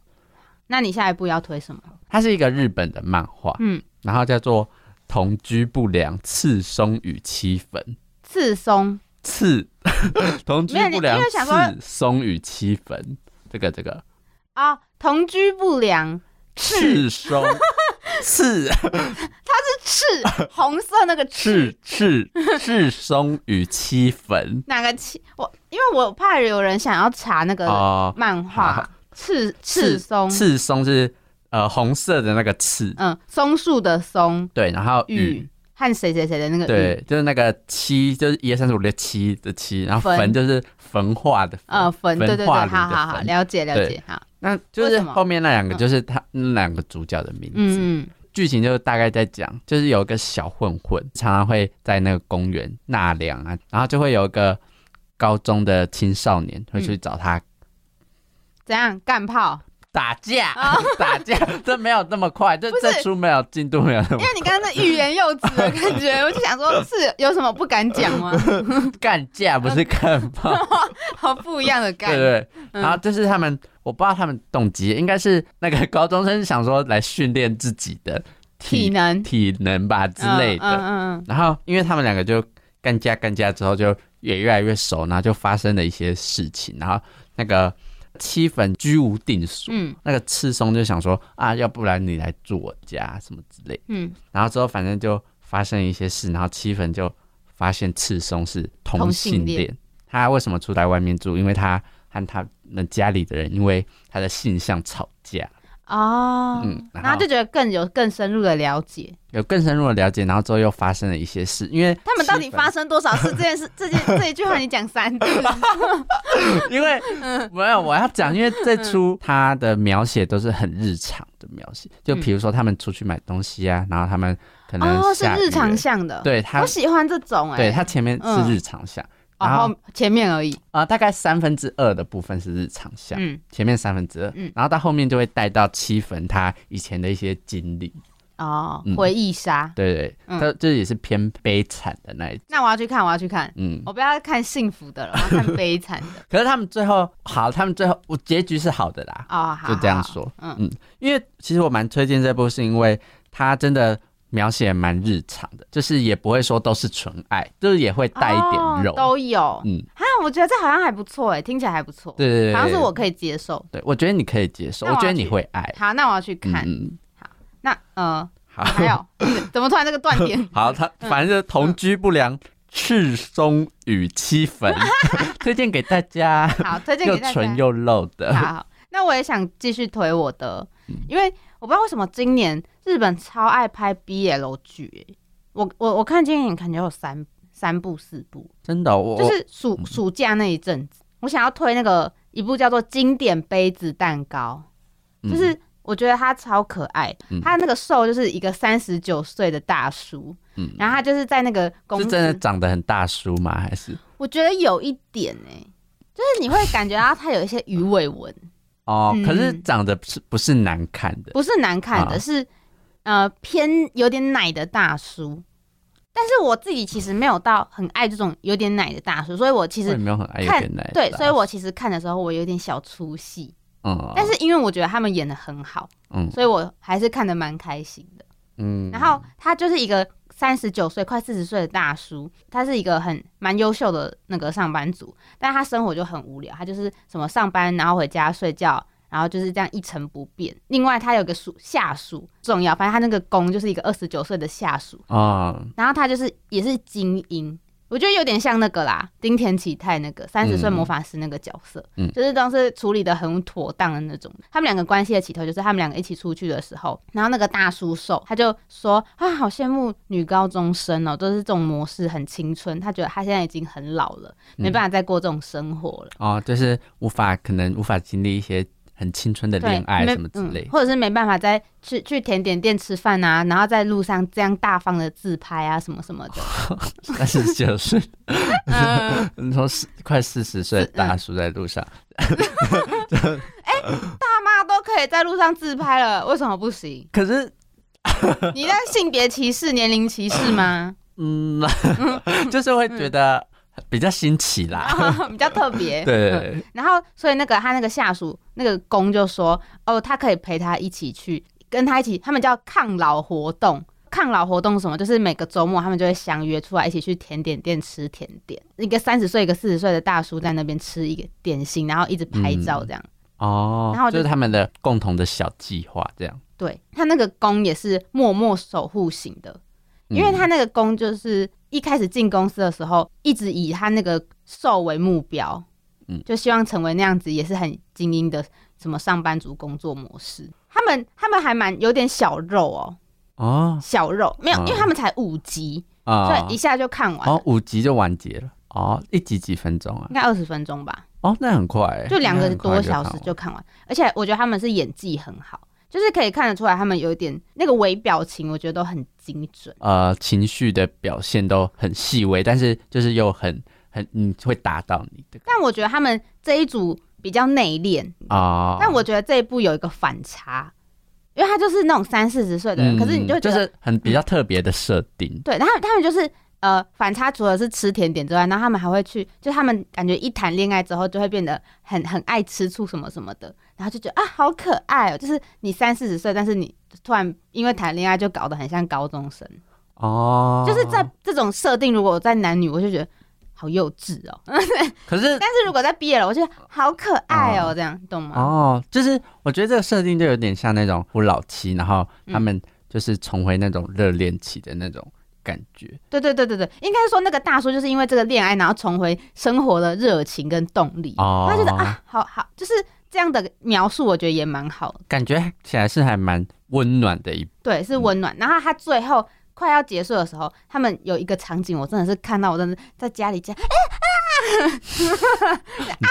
那你下一步要推什么？它是一个日本的漫画，嗯，然后叫做《同居不良刺松与七分》。刺松刺 同居没有你不良因为想说刺松与七分，这个这个啊、同居不良，刺松刺刺红色那个刺刺，刺刺松与七 分哪个刺？我因为我怕有人想要查那个哦，漫画好刺刺松，刺松是呃红色的那个刺，嗯，松树的松对，然后雨雨。和谁谁谁的那个嗯雨，对，就是那个七，就是一二三四五六七的七，然后焚焚就是焚化的焚，呃，粉，对对对，化好炉的好好，焚了解了对解，好，那就为是什么后面那两个就是他那两个主角的名字，嗯嗯，剧情就大概在讲，就是有一个小混混，常常会在那个公园纳凉啊，然后就会有一个高中的青少年会嗯去找他怎样干炮？打架， 打架，这没有那么快，这啊不是这出没有进度没有那么因为你刚刚那欲言又止的感 觉，我就想说，是有什么不敢讲吗？干架，不是 干炮，好不一样的对感不觉，对？嗯然后这是他们，我不知道他们动机，应该是那个高中生想说来训练自己的体能体能吧之类的，嗯嗯嗯嗯，然后因为他们两个就干架干架之后就也越来越熟，然后就发生了一些事情，然后那个七粉居无定所，嗯那个赤松就想说啊，要不然你来住我家什么之类的，嗯，然后之后反正就发生一些事，然后七粉就发现赤松是同性同性恋恋，他为什么出来外面住？因为他和他们家里的人因为他的性向吵架，哦，嗯然后然后就觉得更有更深入的了解，有更深入的了解，然后之后又发生了一些事，因为他们到底七粉发生多少事？这件事，这件这一句话你讲三次， 因为没有我要讲，因为最初他的描写都是很日常的描写，就比如说他们出去买东西啊，然后他们可能哦，是下雨日常向的，，对他我，喜欢这种，哎，对他前面嗯是日常下，然然后后前面而已，啊、大概三分之二的部分是日常下，嗯，前面三分之二嗯，然后到后面就会带到七分他以前的一些经历，哦嗯，回忆杀，对对嗯他这也是偏悲惨的那一，那我要去看，我要去看。嗯，我不要看幸福的了，我要看悲惨的。可是他们最后好，他们最后我结局是好的啦，哦，好，就这样好。说。嗯嗯，因为其实我蛮推荐这部，是因为它真的描写蛮日常的，就是也不会说都是纯爱，就是也会带一点肉。哦、都有。嗯，啊，我觉得这好像还不错哎，听起来还不错。对对对，好像是我可以接受。对，我觉得你可以接受，那我我觉得要你去会爱。好，那我要去看。嗯，那呃，好，还有 怎么突然这个断 点？好，他嗯反正就是同居不良。赤松与七 粉推荐给大家，好，推荐又给大家纯。又露的，好，那我也想继续推我的，嗯因为我不知道为什么今年日本超爱拍 BL 剧欸，我我我看今年感觉有三三部四部，真的，哦我嗯就是暑暑假那一阵子，我想要推那个一部叫做《经典杯子蛋糕》，嗯就是我觉得他超可爱嗯，他那个瘦就是一个三十九岁的大叔，嗯然后他就是在那个公是真的司，长得很大叔吗？还是我觉得有一点哎、就是你会感觉到他有一些鱼 尾纹，哦？可是嗯长得不是不是难看的，不是难看啊的，是呃偏有点奶的大叔。但是我自己其实没有到很爱这种有点奶的大叔，所以我其我也实没有很爱有看点奶对，大所以我其实看的时候我有点小出戏，嗯，但是因为我觉得他们演的很好，嗯所以我还是看得蛮开心的。嗯，然后他就是一个三十九岁、快四十岁的大叔，他是一个很蛮优秀的那个上班族，但他生活就很无聊，他就是什么上班然后回家睡觉。然后就是这样一成不变。另外，他有个属下属重要，反正他那个公就是一个二十九岁的下属，啊，然后他就是也是精英，我觉得有点像那个啦，丁田启泰那个三十岁魔法师那个角色，嗯就是都是处理的很妥当的那种。他们两个关系的起头就是他们两个一起出去的时候，然后那个大叔瘦他就说啊，好羡慕女高中生哦，都是这种模式很青春，他觉得他现在已经很老了，嗯没办法再过这种生活了。哦，就是无法可能无法经历一些很青春的对，恋爱没什么之类嗯，，或者是没办法再去去甜点店吃饭啊，然后在路上这样大方的自拍啊，什么什么的。 但是就是 嗯你说四快四十岁的大叔在路上，大妈可以在路上自拍了，为什么不行？可是，你在性别歧视、年龄歧视吗？嗯， 就是会觉嗯得比较新奇啦。比较特别。对嗯然后，所以那个他那个下属那个公就说，哦，他可以陪他一起去，跟他一起，他们叫抗老活动。抗老活动是什么？就是每个周末他们就会相约出来一起去甜点店吃甜点，一个三十岁一个四十岁的大叔在那边吃一个点心，然后一直拍照这样。哦，然后我就就是他们的共同的小计划这样。对他那个公也是默默守护型的，因为嗯他那个公就是一开始进公司的时候，一直以他那个瘦为目标，嗯就希望成为那样子也是很精英的什么上班族工作模式。他们他们还蛮有点小肉哦，哦小肉没有，嗯因为他们才五集，啊所以一下就看完了，哦，五集就完结了。哦，一集几分钟啊应？该二十分钟吧，哦，那很快欸，就两那个很快多小时看完就看完。而且我觉得他们是演技很好，就是可以看得出来他们有一点那个微表情，我觉得都很精准。呃情绪的表现都很细微，但是就是又很很你会打到你的但我觉得他们这一组比较内敛，啊。但我觉得这一部有一个反差，因为他就是那种三四十岁的人，嗯可是你就就觉得、是很比较特别的设定，对，然后他们就是呃反差，除了是吃甜点之外，然后他们还会去，就他们感觉一谈恋爱之后就会变得很很爱吃醋什么什么的，然后就觉得啊好可爱哦、就是你三四十岁，但是你突然因为谈恋爱就搞得很像高中生，哦，就是在这种设定，如果我在男女，我就觉得好幼稚哦、 可是但是如果在毕业了，我就觉得好可爱哦、这样懂吗？哦，就是我觉得这个设定就有点像那种不老妻，然后他们就是重回那种热恋期的那种感觉。对对对对对，应该说那个大叔就是因为这个恋爱，然后重回生活的热情跟动力。哦他觉得啊，好好，就是这样的描述，我觉得也蛮好的。感觉起来是还蛮温暖的一对，是温暖。然后他最后快要结束的时候，他们有一个场景，我真的是看到，我真的在家里家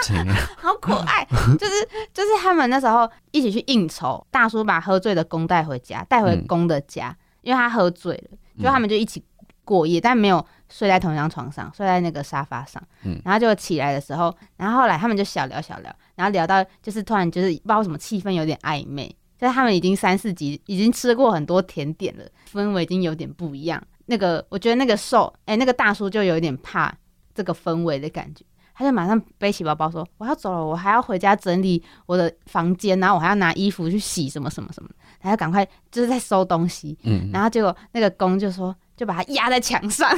情。 好可爱，就是就是他们那时候一起去应酬，大叔把喝醉的公带回家，带回公的家，因为他喝醉了，嗯就他们就一起过夜，但没有睡在同一张床上，睡在那个沙发上。嗯然后就起来的时候，然后后来他们就小聊小聊，然后聊到就是突然就是不知道为什么气氛有点暧昧，就是他们已经三四集已经吃过很多甜点了，氛围已经有点不一样。那个我觉得那个瘦哎、那个大叔就有点怕这个氛围的感觉。他就马上背起包包说：“我要走了，我还要回家整理我的房间，然后我还要拿衣服去洗什么什么什么，然后赶快就是在收东西。嗯，然后结果那个公就说，就把他压在墙 上，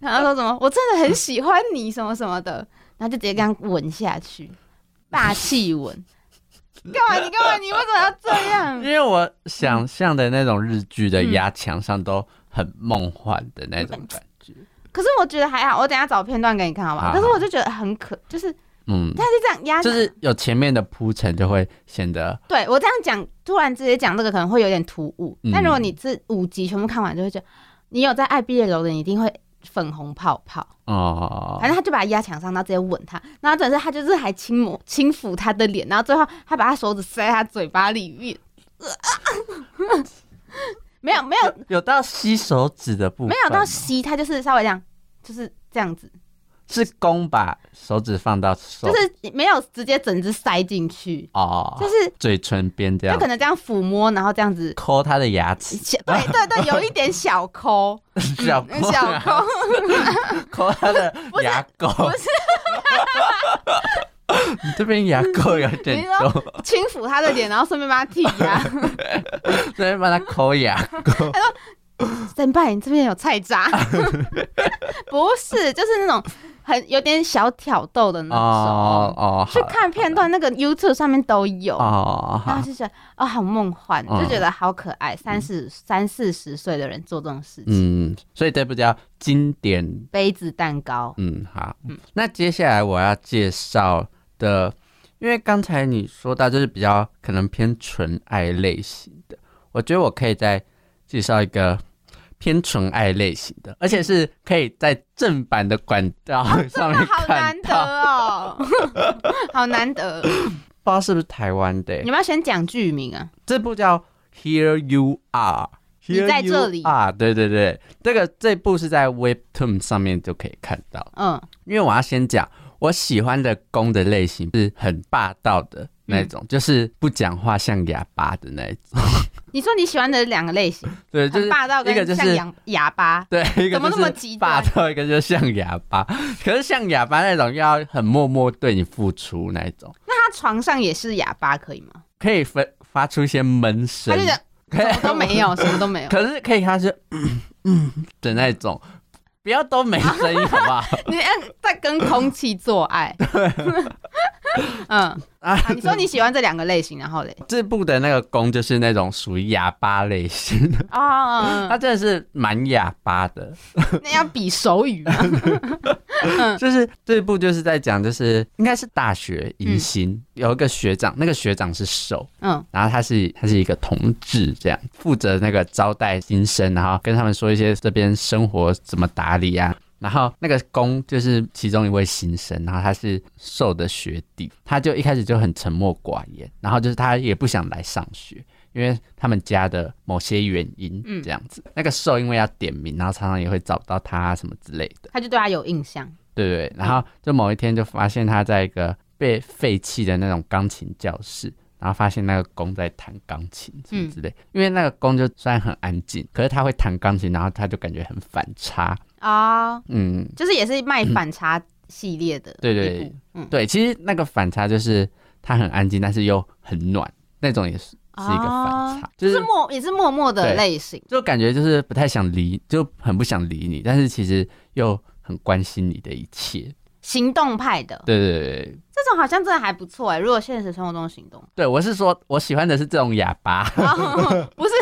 然后说什么我真的很喜欢你什么什么的，然后就直接跟他吻下去，霸气吻。干嘛？你干嘛？你为什么要这因样？为我想象的那种日剧的压墙上都很梦幻的那种感觉。可是我觉得还好，我等一下找片段给你看好不好？好可是我就觉得很可，就是嗯，他就这样压，就是有前面的铺陈，就会显得对我这样讲，突然直接讲这个可能会有点突兀，嗯但如果你这五集全部看完，就会觉得你有在爱毕业楼的，你一定会粉红泡泡。哦反，正他就把他压墙上，然后直接吻他，然后真的是他就是还轻抹轻抚他的脸，然后最后他把他手指塞在他嘴巴里面， 没有没有有到吸手指的部分没吗，有到吸，他就是稍微这样，就是这样子，是弓把手指放到手，就是没有直接整只塞进去，哦，就是嘴唇边这就样可能这样抚摸，然后这样子，抠他的牙齿，对对对，有一点小抠，小抠嗯小抠。 抠他的牙垢，不是 你这边牙垢有点你重，轻抚他的脸，然后顺便帮他剃牙。 这边帮他抠牙垢，先拜，你这边有菜渣？ 不是，就是那种很有点小挑逗的那种。哦哦，去好看片段，那个 YouTube 上面都有。哦，然好后，就觉得啊、好梦幻，嗯就觉得好可爱。三四三四十岁的人做这种事情，嗯，所以这部叫经典，杯子蛋糕，嗯，好，那接下来我要介绍的，因为刚才你说到就是比较可能偏纯爱类型的，我觉得我可以再介绍一个。偏纯爱类型的，而且是可以在正版的管道上真面的 好看难得 到，哦，好难得。哦不知道是不是台湾的欸、你们要先讲剧名啊，这部叫 Here You Are。你在这里啊？对对对，这个这部是在 Webtoon 上面就可以看到。嗯因为我要先讲，我喜欢的攻的类型是很霸道的那一种，嗯就是不讲话像哑巴的那一种。你说你喜欢的两个类型，对，就是很霸道一个就跟是像哑哑巴，对，一个怎么就那是么极霸端？道，一个就是像哑巴。可是像哑巴那种要很默默对你付出那一种，那他床上也是哑巴可以吗？可以分发出一些闷声他就，讲可什么都没有，什么都没 有。可是可以他是嗯嗯 的那种，不要都没声音好不 好？你嗯在跟空气做 爱。嗯啊啊，你说你喜欢这两个类型，然 后嘞，这部的那个公就是那种属于哑巴类型的，啊、他真的是蛮哑巴的。那要比手语 吗？就是这部就是在讲，就是应该是大学迎新、有一个学长，那个学长是瘦，嗯，然后他是他是一个同志，这样负责那个招待新生，然后跟他们说一些这边生活怎么打理啊。然后那个公就是其中一位新生，然后他是瘦的学弟，他就一开始就很沉默寡言，然后就是他也不想来上学。因为他们家的某些原因，嗯这样子，那个瘦因为要点名，然后常常也会找不到他啊什么之类的，他就对他有印象。对对。然后就某一天就发现他在一个被废弃的那种钢琴教室，然后发现那个公在弹钢琴什么之类。因为那个公就虽然很安静，可是他会弹钢琴，然后他就感觉很反差。啊、嗯，就是也是卖反差系列的、对对，嗯，对，其实那个反差就是他很安静，但是又很暖，那种也是是一个反差，啊就是是默也是默默的对类型，就感觉就是不太想理，就很不想理你，但是其实又很关心你的一切。行动派的对对对对，这种好像真的还不错哎、如果现实生活中行动，对我是说，我喜欢的是这种哑巴。哦、不是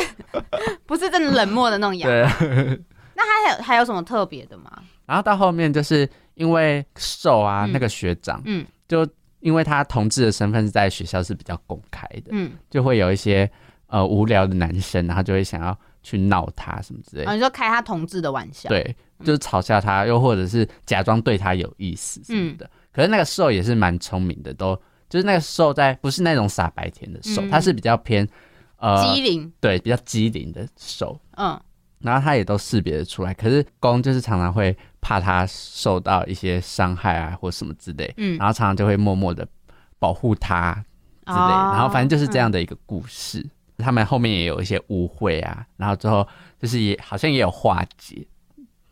不是真的冷漠的那种哑巴。对，啊 那还有还有什么特别的吗？然后到后面就是因为瘦啊，嗯那个学长，嗯就因为他同志的身份是在学校是比较公开的，嗯，就会有一些呃无聊的男生，然后就会想要去闹他什么之类啊、的。你说开他同志的玩笑，对，嗯就是嘲笑他，又或者是假装对他有意思什么的。嗯可是那个瘦也是蛮聪明的，都就是那个瘦在不是那种傻白甜的瘦，嗯他是比较偏呃机灵，对比较机灵的瘦，嗯，然后他也都识别得出来。可是公就是常常会怕他受到一些伤害啊或什么之类，嗯然后常常就会默默的保护他啊之类的。哦然后反正就是这样的一个故事。他们后面也有一些误会啊，然后最后就是也好像也有化解，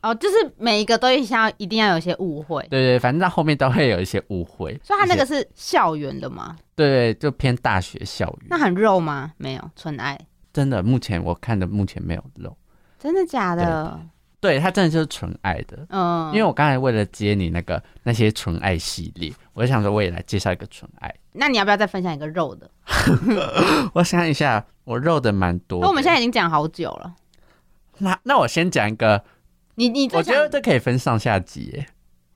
哦，就是每一个都想要一定要有一些误会，对对，反正到后面都会有一些误会。所以他那一个些是校园的吗？对对，就偏大学校园。那很肉吗？没有，纯爱，真的，目前我看的目前没有漏。真的假的？对他真的就是纯爱的，嗯，因为我刚才为了接你那个那些纯爱系列，我就想说我也来介绍一个纯爱。 那你要不要再分享一个肉的？我想一下，我漏的蛮多的。那我们现在已经讲好久了，那那我先讲一个，你你最我觉得想这可以分上下集耶。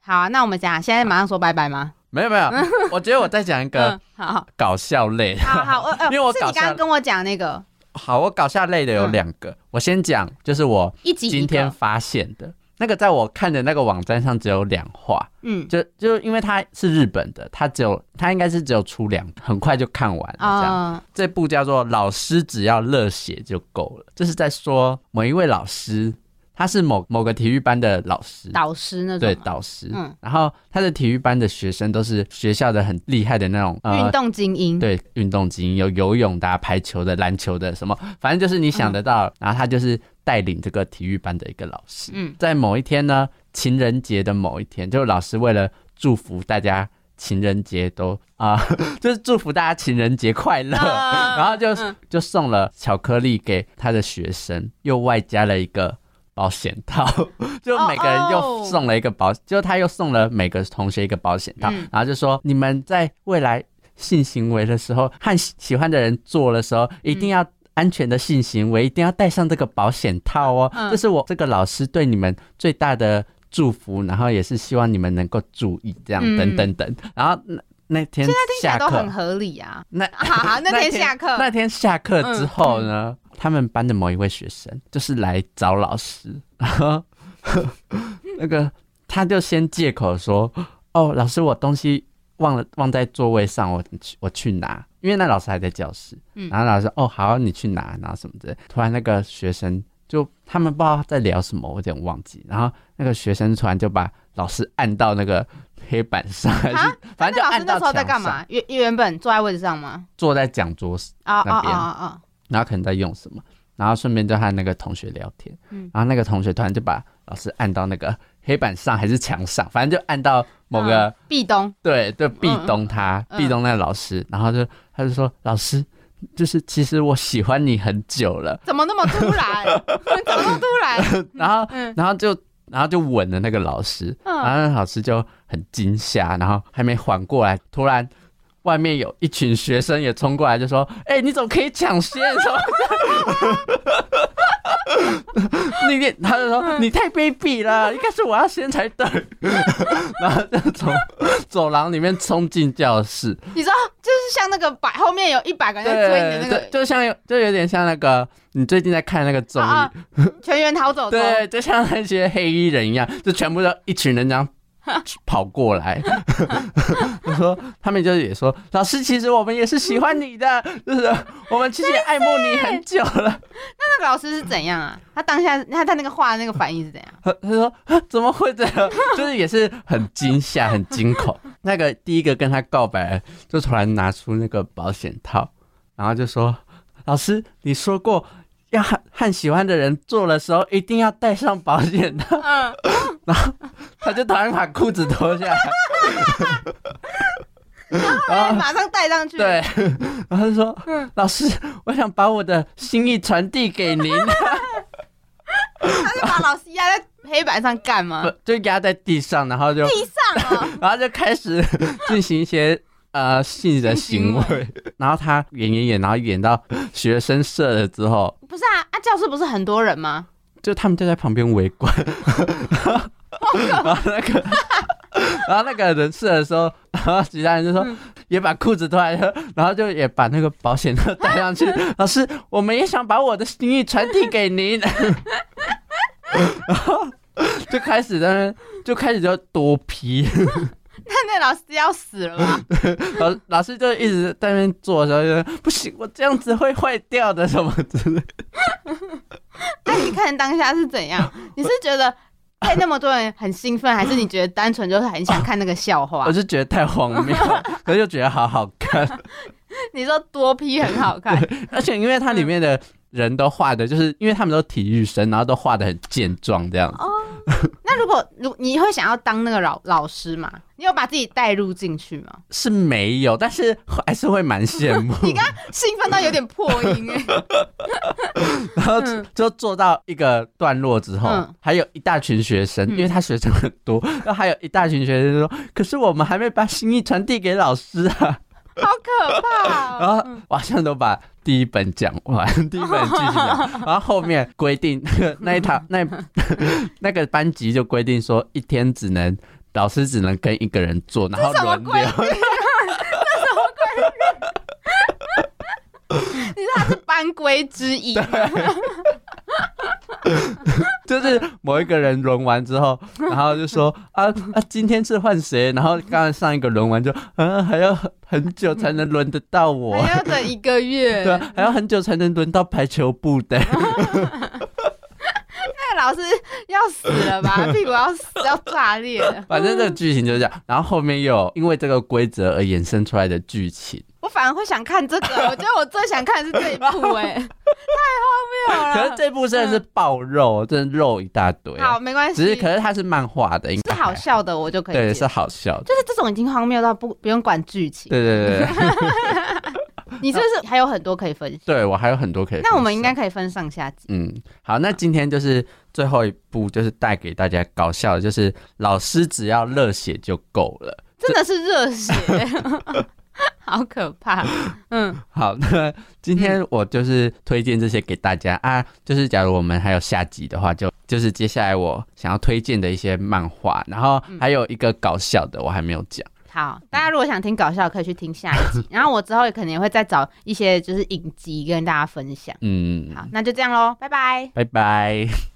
好啊？那我们讲，现在马上说拜拜吗？没有 没有，我觉得我再讲一个嗯，好搞笑类。 好好，我呃，因为我是搞你刚笑刚跟我讲那个好，我搞笑类的有嗯两个，我先讲，就是我一集一个今天，发现的那个，在我看的那个网站上只有两话，嗯就就因为它是日本的，它只有它应该是只有出两，很快就看完了这样。啊这部叫做《老师只要热血就够了》，这是在说某一位老师，他是某某个体育班的老师，导师那种对吗导师，嗯然后他的体育班的学生都是学校的很厉害的那种运。动精英，呃对运动精英有游泳的啊、排球的、篮球的，什么，反正就是你想嗯得到。然后他就是带领这个体育班的一个老师。嗯在某一天呢，情人节的某一天，就是老师为了祝福大家情人节都啊、 就是祝福大家情人节快乐，嗯 然后就、嗯就送了巧克力给他的学生，又外加了一个。保险套， 就每个人又哦送了一个保就他又送了每个同学一个保险套，嗯然后就说你们在未来性行为的时候和喜喜欢的人做的时候，一定嗯要安全的性行为，一定要戴上这个保险套哦。嗯这是我这个老师对你们最大的祝福，然后也是希望你们能够注意这样嗯等等等。然后那那天现在听起下来都很课，合理啊。 那好好，那天下 课，那天下课之后呢，嗯他们班的某一位学生就是来找老师，然后 那个他就先借口说：“哦，老师，我东西忘了忘在座位上，我去我去拿。”因为那老师还在教室，嗯啊然后老师说哦好，你去拿，然后什么之类的。突然那个学生就他们不知道在聊什么，我有点忘记。然后那个学生突然就把老师按到那个黑板上，还是反正就啊那老师按那到时候墙在干上，嘛？原原本坐在位置上吗？坐在讲桌啊那啊啊边啊！然后可能在用什么，然后顺便就和那个同学聊天，嗯然后那个同学突然就把老师按到那个黑板上还是墙上，反正就按到某个、嗯壁咚，对对壁咚他，嗯壁咚那个老师，然后就他就说老师。就是其实我喜欢你很久了，怎么那么突 然？怎么那么突然？然后嗯然后就然后就吻了那个老师，然嗯，啊后那老师就很惊吓，然后还没缓过来，突然外面有一群学生也冲过来，就说：“哎、你怎么可以抢先？”什么的你你他就说你太卑鄙了，应该是我要先才对，然后就从走廊里面冲进教室，你知道，就是像那个百后面有一百个人在追你的对，那个就就像就有点像那个你最近在看那个综艺，啊 全员逃走中，对，就像那些黑衣人一样，就全部都一群人这样跑过来。 他说他们就也说，老师，其实我们也是喜欢你的， 就是我们其实也爱慕你很久了。 那个老师是怎样啊？他当下他他那个画的那个反应是 怎样？他他说啊怎么会这样？ 就是也是很惊吓、很惊恐。 那个第一个跟他告白，就突然拿出那个保险套，然后就说：“老师，你说过。”要和和喜欢的人做的时候，一定要带上保险套。嗯，他就突然把裤子脱下来，他马上带上去。啊对，然后就说：“老师，我想把我的心意传递给您。他就把老师压在黑板上干嘛？不”就压在地上，然后就地上 啊、然后就开始进行一些呃性的行性为。然后他演演演，然后演到学生社了之后，不是啊，啊，教室不是很多人吗？就他们就在旁边围观。然后那个，然后那个人射的时候，然后其他人就说、也把裤子脱来，然后就也把那个保险套戴上去。老师，我们也想把我的心意传递给您。 然后就开始在那边就开始就多批， 那那老师要死了吗？老老师就一直在那边做的时候就说不行，我这样子会坏掉的什么之类的。 那、你看当下是怎样？你是觉得被那么多人很兴奋，还是你觉得单纯就是很想看那个笑话我？就觉得太荒谬了，可是又觉得好好看。你说多批很好 看， 而且因为它里面的人都画的，就是因为他们都体育生，然后都画的很健壮这样哦子。那如果如你会想要当那个老老师吗？你有把自己带入进去吗？是没有，但是还是会蛮羡慕。 你刚兴奋到有点破 音哎、 然后就就做到一个段落之后，嗯还有一大群学生，嗯因为他学生很多，然后还有一大群学生说：“可是我们还没把心意传递给老师啊。好可怕、”然哦！后我好像都把第一本讲完， 第一本继续 讲，然后后面规定那个那一 堂那那个班级就规定说，一天只能老师只能跟一个人做，然后这什么轮规流定。你知道它是班规之一吗， 就是某一个人轮完之后，然后就 说啊啊，今天是换谁？然后刚才上一个轮完就，嗯、还要很久才能轮得到我，还要等一个 月。对啊、还要很久才能轮到排球部 的。那个老师要死了吧？屁股要死要炸裂了！反正这个剧情就是这样，然后后面又有因为这个规则而衍生出来的剧情。我反而会想看这个，我觉得我最想看的是这一部、哎，太 可是荒谬了。这部真的是爆肉，真的肉一大堆啊、好，没关系，只是可是它是漫画的，应该是好笑的，我就可以接对，受。是好笑的。就是这种已经荒谬到不不用管剧情，对对对对，你是不是还有很多可以分享？对我还有很多可以分享。那我们应该可以分上下集。嗯，好，那今天就是最后一步，就是带给大家搞笑的，就是老师只要热血就够了。真的是 热血，好可怕。嗯，好，那今天我就是推荐这些给大家、啊，就是假如我们还有下集的话，就就是接下来我想要推荐的一些漫画，然后嗯还有一个搞笑的我还没有讲。好，大家如果想听搞笑，可以去听下一集。然后我之后也可能也会再找一些就是影集跟大家分享。嗯，好，那就这样喽，拜拜。拜拜。